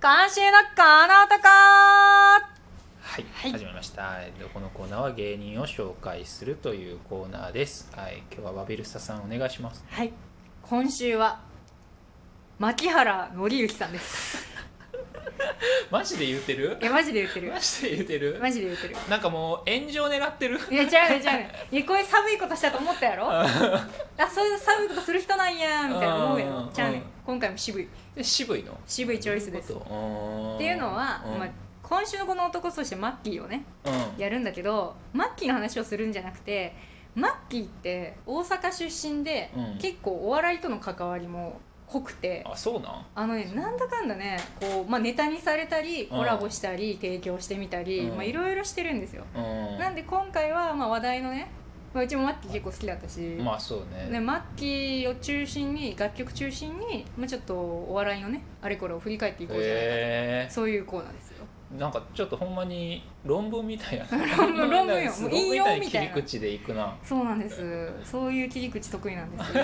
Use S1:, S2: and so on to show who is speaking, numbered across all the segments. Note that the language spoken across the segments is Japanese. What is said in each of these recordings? S1: 今週のこの男
S2: はい、
S1: はい
S2: 始めましたえっとこのコーナーは芸人を紹介するというコーナーですはい今日はバビルサさんお願いします
S1: はい今週は牧原紀之さんです
S2: マジで言っ てる
S1: いやマジで言ってる
S2: マジで言ってる
S1: マジで言って る
S2: なんかもう炎上狙っ てる
S1: いや違う違ういやこういう寒いことしたと思ったやろあそういう寒いことする人なんやみたいな思うや
S2: うん
S1: ろ
S2: うん
S1: じゃあね
S2: うん
S1: 今回も渋いっ
S2: で渋いの
S1: 渋いチョイスです
S2: どういうこと
S1: ていうのは、
S2: うん
S1: まあ、今週のこの男としてマッキーをね
S2: うん
S1: やるんだけどマッキーの話をするんじゃなくてマッキーって大阪出身で、
S2: うん
S1: 結構お笑いとの関わりも濃くて
S2: あそうなん
S1: あのねなんだかんだねこう、まあ、ネタにされたりコラボしたり提供してみたり
S2: うん
S1: まあいろいろしてるんですよ、
S2: うん
S1: なんで今回はまあ話題のね、まあ、うちもマッキー結構好きだったし、
S2: まあそうね
S1: ね、マッキーを中心に楽曲中心に、まあ、ちょっとお笑いのねあれこれを振り返っていこうじゃないかと、
S2: え
S1: そういうコーナーですよ
S2: ー、なんかちょっとほんまに論文み たいな
S1: 論文論文よもう引用みたいな
S2: 論文切り口でいくな
S1: そうなんですそういう切り口得意なんですよ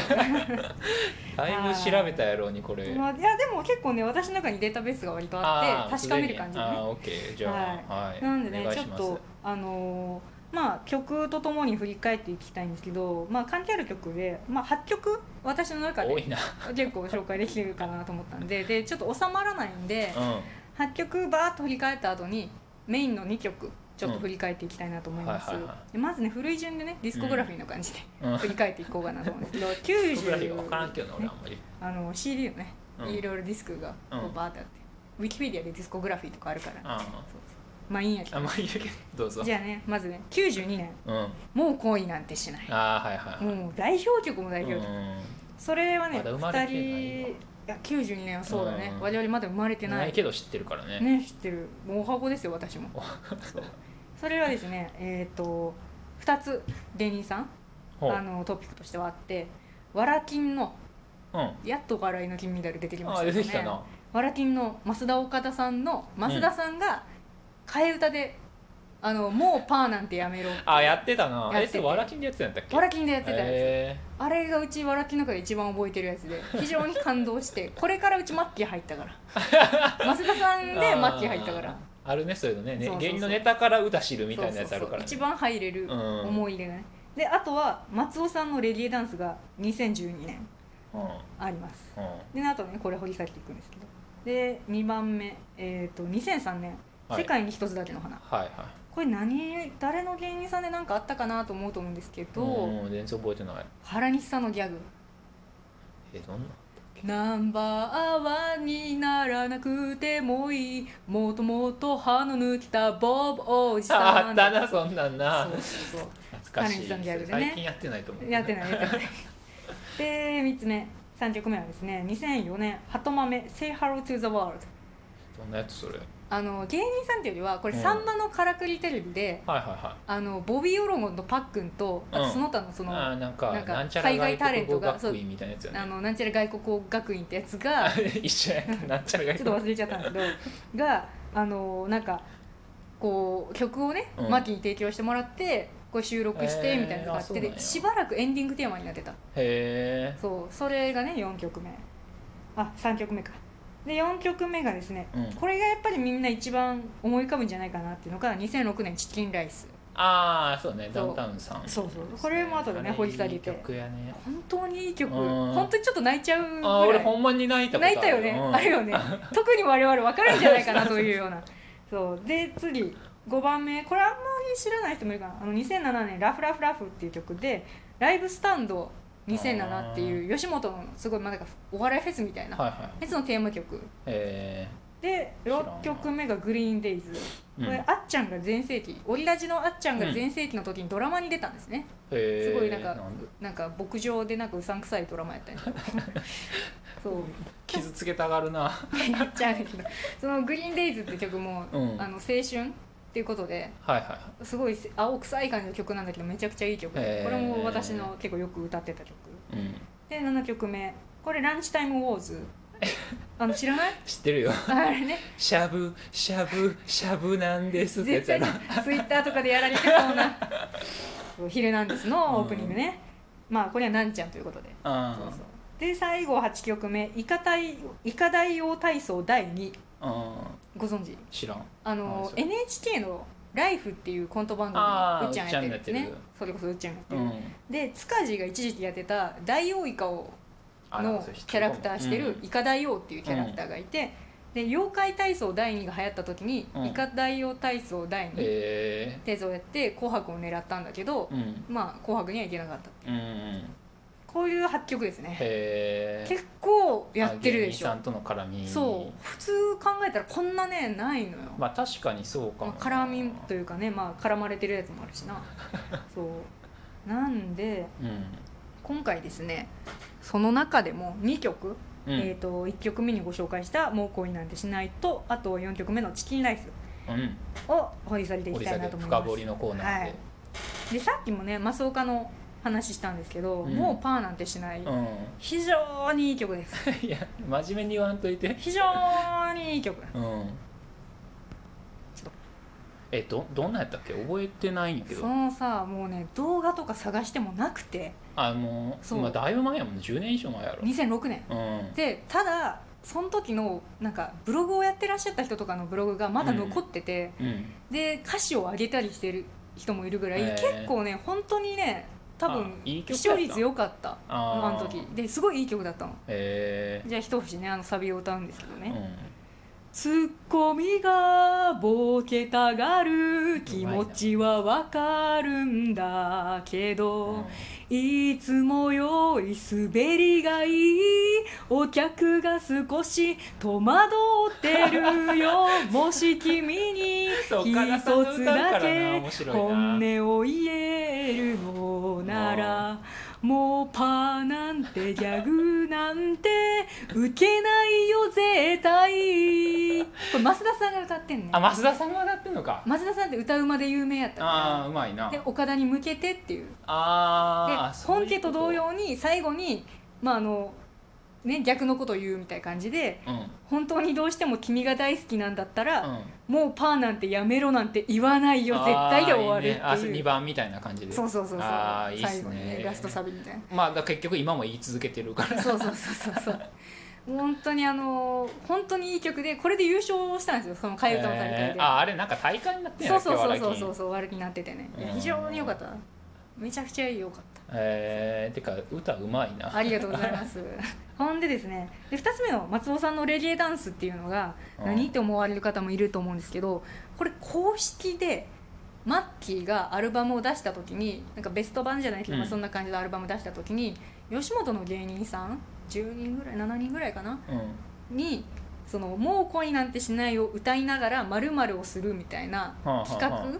S2: だいぶ調べたやろうにこれ
S1: まあいやでも結構ね私の中にデータベースが割とあって確かめる感じ
S2: ね
S1: ね
S2: あーオッケーじゃあはい、
S1: なんでね
S2: お願い
S1: ちょ
S2: し
S1: っ
S2: ます
S1: とあのーまあ曲とともに振り返っていきたいんですけど、まあ、関係ある曲で、まあ、8曲私の中
S2: 多
S1: で
S2: いな
S1: 結構紹介できてるかなと思ったんででちょっと収まらないんで
S2: う
S1: 8曲バーッと振り返った後にメインの2曲ちょっと振り返っていきたいなと思います、
S2: うんはいはいは
S1: でまずね古い順でねディスコグラフィーの感じで、
S2: ん うん
S1: 振り返っていこうかなと思うんですけど
S2: 僕らには分からん
S1: 90
S2: けどな俺あんまり
S1: あの CD のね、
S2: うん
S1: いろいろディスクがこ
S2: う
S1: うんバーってあって、ウィキペディアでディスコグラフィーとかあるから、
S2: あ
S1: そうそうまあいいんやけ
S2: ー
S1: ど
S2: あんまり言うけどどうぞ
S1: じゃあねまずね92年
S2: うんあ
S1: 「もう恋なんてしない
S2: あーはい」は
S1: もう代表曲も代
S2: い
S1: 表
S2: う
S1: 曲、
S2: ん
S1: それはね
S2: まだ生まれ
S1: 2
S2: てない
S1: 人いや92年はそうだね、
S2: うん
S1: 我々まだ生まれて
S2: な
S1: ないい
S2: けど知ってるからね
S1: ね知ってるもうお箱ですよ私もそうそれはですねえっ、と2つ芸人さん
S2: ほう
S1: あのトピックとしてはあって「わらきんの
S2: うんあ
S1: やっと笑いの金メダル出てきまし
S2: ー
S1: た
S2: 出
S1: よ
S2: てきたな
S1: ねわらきんの増田岡田さんの増田さんが替え歌で「あのもうパーなんてやめろ」
S2: あーやってたな
S1: やっ
S2: え
S1: てて
S2: それわらきんでやってたんだっけ
S1: わらきんでやってたやつ、
S2: へ
S1: あれがうちわらきの中で一番覚えてるやつ で非常に感動してこれからうちマッキー入ったから増田さん
S2: ー
S1: でマッキー入ったから
S2: あーあるねそういうのねね
S1: そうそうそう
S2: 芸人のネタから歌知るみたいなやつあるからね
S1: そうそうそう一番入れる
S2: うん
S1: 思い入れがね、であとは松尾さんのレディーダンスが2012年
S2: うん
S1: あります
S2: うん
S1: であとねこれ掘り下げていくんですけどで2番目えっ、と2003年「
S2: はい
S1: 世界に一つだけの花」
S2: はいはい
S1: これ何誰の芸人さんで何かあったかなと思うと思うんですけど、
S2: うん全然覚えてない
S1: 原西さんのギャグ
S2: えどんな
S1: ナンバーワンにならなくてもいいもともと歯の抜けたボブおじさん
S2: ああったなそんなんな
S1: そうそうそ
S2: 懐かし
S1: カレン
S2: い、
S1: さんギャグでね
S2: 最近やってないと思う、
S1: うやってないやってないで3つ目3曲目はですね2004年「ハトマメ Say Hello to the World
S2: どんなやつそれはい」
S1: あの芸人さんっていうよりはこれ、
S2: うん
S1: さんまのからくりテレビで
S2: はいは
S1: あのボビー・オロゴンとパックンとあ
S2: う
S1: と
S2: ん
S1: その他のそ
S2: い
S1: の、
S2: あーなんか
S1: な
S2: なんん
S1: か
S2: ちゃら
S1: 海外
S2: 外
S1: タレ
S2: 国
S1: ント
S2: 語
S1: が
S2: 学院みたいなやつよ
S1: あ
S2: ね
S1: のなんちゃら外国語学院ってやつ が
S2: 一緒やなんちゃ
S1: ちょっ
S2: ら外国
S1: と
S2: 語
S1: 忘れちゃったんだけど があのなんかこう曲をね、
S2: うん
S1: マキに提供してもらってこう収録して
S2: へー
S1: みたいなのがあって、
S2: あそうなん
S1: で
S2: や
S1: しばらくエンディングテーマになってた
S2: へえ
S1: そうそれがね4曲目あ三3曲目かで4曲目がですね、
S2: うん
S1: これがやっぱりみんな一番思い浮かぶんじゃないかなっていうのが2006年「チキンライス
S2: ああそうねダ
S1: そう
S2: ウンタウンさん
S1: そうそうこれも後でね
S2: あれ
S1: 掘り下げて
S2: いい曲やね」
S1: 本当にいい曲
S2: うん
S1: 本当にちょっと泣いちゃうぐ
S2: あー俺
S1: らい
S2: ほんまに泣いたこと
S1: 泣
S2: ある
S1: いたよね、
S2: うん
S1: あるよね 特に我々分かるんじゃないかなというようなそうで次5番目これあんまり知らない人もいるかなあの2007年「ラフラフラフ」っていう曲でライブスタンド2007っていう吉本のすごいまあなんかお笑いフェスみたいな
S2: はいはい
S1: フェスのテーマ曲
S2: え
S1: で
S2: 知らんな
S1: 6曲目が「グリーンデイズ
S2: ー、
S1: これ、あっちゃんが全盛期オリラジのあっちゃんが全盛期の時にドラマに出たんですね、すごいなんかなんか牧場でなんかうさんくさいドラマやったり とかそう
S2: 傷つけたがるな
S1: やっちゃうけどその「グリーンデイズって曲も、
S2: うん
S1: あの青春っていうことで
S2: はいはい
S1: すごい青臭い感じの曲なんだけどめちゃくちゃいい曲で
S2: へー
S1: これも私の結構よく歌ってた曲
S2: うん、
S1: で7曲目これ「ランチタイムウォー ズ」あの知らない
S2: 知ってる よ
S1: あれね
S2: しゃぶしゃぶしゃぶなんですってや
S1: 絶
S2: つや
S1: 対に
S2: ろ
S1: ツイッターとかでやられてそうな「そうヒルナンデス」のオープニングね、まあこれはなんちゃんということで
S2: うん
S1: そうそうで最後8曲目「イカ大イカ大王体操第2」
S2: うん
S1: ご存知
S2: 知らん
S1: あ
S2: あ
S1: の
S2: そう
S1: NHK の「ライフっていうコント番組
S2: あー
S1: うっちゃんやってるんです
S2: うっちゃん
S1: ね
S2: がやって
S1: それこそうっちゃんがやって
S2: う
S1: る、
S2: ん
S1: で塚地が一時期やってた大王イカを
S2: あなん
S1: の
S2: かそれ知って
S1: キャ
S2: るか
S1: ラ
S2: も
S1: クターして
S2: う
S1: る
S2: ん
S1: イカ大王っていうキャラクターがいて、で妖怪体操第2が流行った時に、
S2: うん
S1: イカ大王体操第2
S2: へ
S1: 手相をやって「紅白」を狙ったんだけど
S2: え、うん
S1: まあ「紅白」には行けなかった
S2: うんうん
S1: こういう8曲ですね
S2: へえ
S1: 結構やってるでし
S2: あ芸人さ
S1: ょ
S2: んとの絡み
S1: そう普通考えたらこんなねないのよ、ま
S2: まあ確かにそうか
S1: あ
S2: も
S1: 絡みというかね、まあ、絡まれてるやつもあるし なそうなんで
S2: うん
S1: 今回ですねその中でも2曲、
S2: うん
S1: えー、と1曲目にご紹介した「もう恋なんてしないと」あと4曲目の「チキンライス
S2: うん」
S1: を掘り下げてい
S2: 掘
S1: き
S2: り
S1: た
S2: 下
S1: いな
S2: げ
S1: と思い
S2: 深
S1: ま
S2: 掘りのコーナーで、
S1: すでさっきもね増岡の話したんですけど、
S2: うん
S1: もうパーなんてしない、
S2: う
S1: 非常にいい曲です
S2: んいや真面目に言わんといて
S1: 非常にいい曲
S2: うんえどどんなんやったっけ覚えてないんやけ
S1: そ
S2: ど
S1: のさもうね動画とか探してもなくて
S2: あの
S1: そう
S2: まあだいぶ前やもん10年以上前やろ
S1: 2006年
S2: うん
S1: でただその時のなんかブログをやってらっしゃった人とかのブログがまだ残ってて、
S2: うん
S1: で歌詞を上げたりしてる人もいるぐらい、
S2: へー
S1: 結構ね本当にね多分
S2: あいい曲やった
S1: 視聴率良かった
S2: あ
S1: あ
S2: ー
S1: の時ですごいいい曲だったの
S2: え
S1: じゃあ一節ねあのサビを歌うんですけど
S2: ー
S1: ね、
S2: うん
S1: ツッコミがボケたがる気持ちはわかるんだけど、いつもより滑りがいいお客が少し戸惑ってるよもし君に
S2: そう
S1: 一
S2: 岡田さんの
S1: つ
S2: 歌うからな
S1: だけ
S2: 面白いな
S1: 本音を言えるのならもうパーなんてギャグなんて受けないよ絶対これ増田さんが歌ってんね
S2: あ増田さんが歌ってんのか
S1: 増田さんって歌うまで有名やった
S2: あー
S1: か
S2: うまいな
S1: らで岡田に向けてっていうで
S2: あーあそう
S1: 本
S2: いう
S1: 家
S2: こと
S1: 同様に最後にまああのね逆のことを言うみたいな感じで
S2: うん
S1: 本当にどうしても君が大好きなんだったら、
S2: うん
S1: もうパーなんてやめろなんて言わないよ絶対で終わるっていう
S2: あーいいねあ2番みたいな感じで
S1: そうそうそうそう
S2: ああいいっ
S1: 最
S2: す
S1: 後
S2: ね
S1: にねラストサビみたい
S2: まあだから結局今も言い続けてる から
S1: なそうそうそうそうそう本当にあの本当にいい曲でこれで優勝したんですよその替え歌の大会で、
S2: えーああれなんか大会になってん
S1: そ
S2: や
S1: うそうそうそう
S2: 今日
S1: そ
S2: は
S1: うそう悪気になっててねいや
S2: うん
S1: 非常に良かっためちゃくちゃ良かった
S2: えー、てか歌うまいな
S1: ありがとうございます ほんでですねで2つ目の松尾さんのレゲエダンスっていうのが
S2: うん
S1: 何って思われる方もいると思うんですけどこれ公式でマッキーがアルバムを出した時になんかベスト版じゃないけど、まあ
S2: うん
S1: そんな感じのアルバム出した時に吉本の芸人さん10人ぐらい7人ぐらいかな
S2: うん
S1: に「そのもう恋なんてしない」を歌いながら「まるをするみたいな
S2: はあはあはあ
S1: 企画、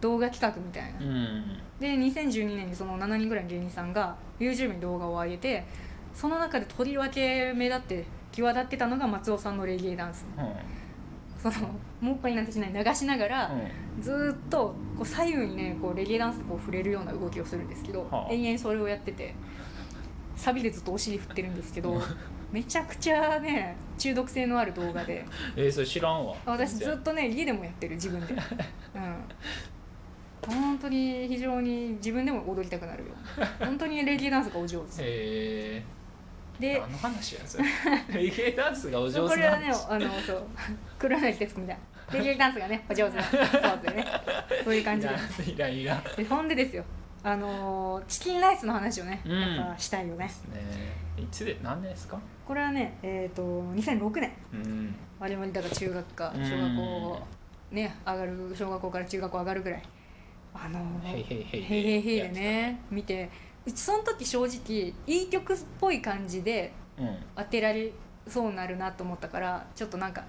S1: 動画企画みたいな
S2: うん
S1: で2012年にその7人ぐらいの芸人さんが YouTube に動画を上げてその中でとりわけ目立って際立ってたのが松尾さんのレゲエダンス
S2: うん
S1: そのもう一回なんてしない流しながら、ずーっとこう左右にねこうレゲエダンスでこう触れるような動きをするんですけど、
S2: はあ
S1: 延々それをやっててサビでずっとお尻振ってるんですけどめちゃくちゃね中毒性のある動画で
S2: えー、それ知らんわ
S1: 私
S2: 全
S1: ずっ
S2: 然
S1: とね家でもやってる自分でうん本当に非常に自分でも踊りたくなるよ本当にレゲエダンスがお上手
S2: えー、
S1: で
S2: 何の話やんそれ レゲエダンスがお上手な
S1: これはねあのそう黒柳徹子みたいなレゲエダンスがねお上手なそうですねそういう感じで
S2: いらんいらんね
S1: でほんでですよあのーチキンライスの話をね、
S2: うん
S1: やっぱしたいよね
S2: えいつで何年ですか
S1: これはねえっ、と2006年
S2: うん
S1: 我々だから中学か
S2: うん
S1: 小学校ね上がる小学校から中学校上がるぐらいあのー
S2: へいへいへい
S1: へいへいへいでね見てうちその時正直いい曲っぽい感じで
S2: うんうん
S1: 当てられそうになるなと思ったからちょっとなんか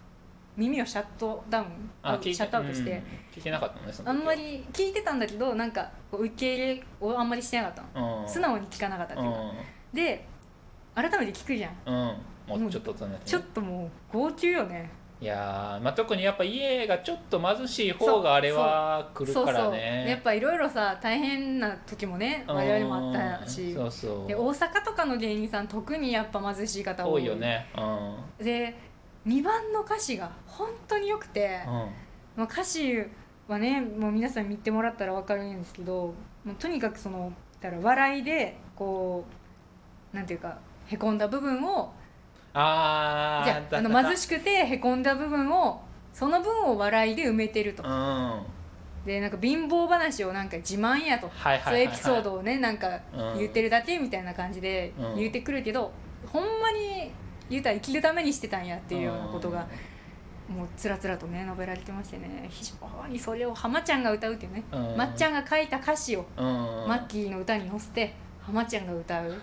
S1: 耳をシャットダウンあ
S2: 聞い
S1: シ
S2: て
S1: ャットアウトし
S2: うん
S1: て、
S2: 聞いてなかったのねその
S1: あ
S2: 時
S1: んまり聞いてたんだけどなんかこう受け入れをあんまりしてなかったの、
S2: うん
S1: 素直に聞かなかったっていうか、で改めて聞くじゃん
S2: うん、うん、もうちょっと大人になってね
S1: ちょっともう号泣よね
S2: いやー、まあ、特にやっぱ家がちょっと貧しい方があれは来る
S1: そう
S2: か
S1: そ
S2: ら
S1: うやっ
S2: ね
S1: ぱいろいろさ大変な時もね
S2: うん
S1: 我々もあったし
S2: そうそう
S1: で大阪とかの芸人さん特にやっぱ貧しい方
S2: 多いよねうん、うん、
S1: で2番の歌詞が本当に良くて、まあ、歌詞はねもう皆さん見てもらったら分かるんですけどもうとにかくそのだから笑いでこうなんていうかへこんだ部分を
S2: あー
S1: じゃああの貧しくてへこんだ部分をその分を笑いで埋めてると
S2: うんは
S1: でなんか貧乏話をなんか自慢やと
S2: いはい
S1: そ
S2: は
S1: う
S2: い
S1: いうエ
S2: はい
S1: ピソードをねなんか
S2: うん
S1: 言ってるだけみたいな感じで
S2: うん
S1: 言ってくるけど、ほんまに言うたら生きるためにしてたんやっていうようなことがもうつらつらとね述べられてましてね非常にそれを浜ちゃんが歌うっていうね、
S2: うん
S1: まっちゃんが書いた歌詞を
S2: うん
S1: マッキーの歌に乗せて浜ちゃんが歌う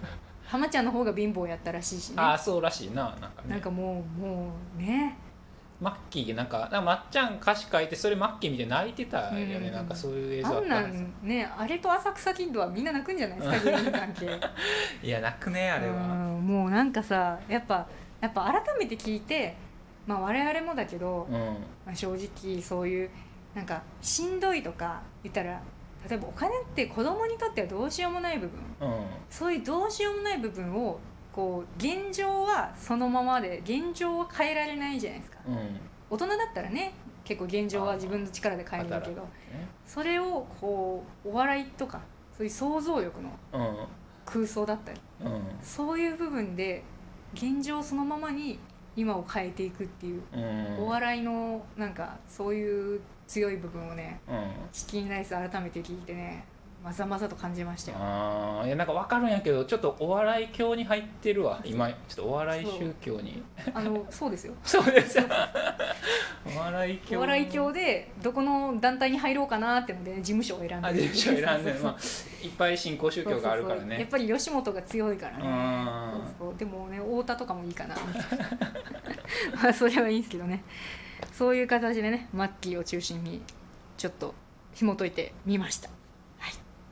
S1: 浜ちゃんの方が貧乏やったらしいしね
S2: ああそうらしいななんかね
S1: なんかもうもうね
S2: マッキーなんかなんかまっちゃん歌詞書いてそれマッキー見て泣いてたよね、
S1: うん
S2: なんかそういう映像
S1: あ
S2: あ
S1: ん
S2: った
S1: なん
S2: ですよ
S1: んねあれと浅草キッドはみんな泣くんじゃ ないですか芸人関係
S2: いや泣くねあれは
S1: うんもうなんかさやっぱやっぱ改めて聞いてまあ我々もだけど、
S2: うん、
S1: まあ、正直そういうなんかしんどいとか言ったら例えばお金って子供にとってはどうしようもない部分
S2: うん
S1: そういうどうしようもない部分をこう現状はそのままで現状は変えられないじゃないですか
S2: うん
S1: 大人だったらね結構現状は自分の力で変えれるけどそれをこうお笑いとかそういう想像力の
S2: うん
S1: 空想だったり
S2: うん
S1: そういう部分で現状そのままに今を変えていくっていう、
S2: うん
S1: お笑いのなんかそういう強い部分をね
S2: うん
S1: チキンライス改めて聞いてねまざまざと感じましたよ。
S2: あーいやなんかわかるんやけどちょっとお笑い教に入ってるわ今ちょっとお笑い宗教に
S1: あのそうですよ
S2: そう ですお笑い教
S1: お笑い教でどこの団体に入ろうかなってので、事務所を選んで
S2: あ事務所選んで、
S1: そう
S2: まあ、いっぱい新興宗
S1: そうそう
S2: 教があるから
S1: そうそうそうやっ
S2: ね
S1: ぱり吉本が強いからね
S2: うん
S1: そうそうでもね太田とかもいいかな まあそれはいいんですけどねそういう形でねマッキーを中心にちょっと紐解いてみました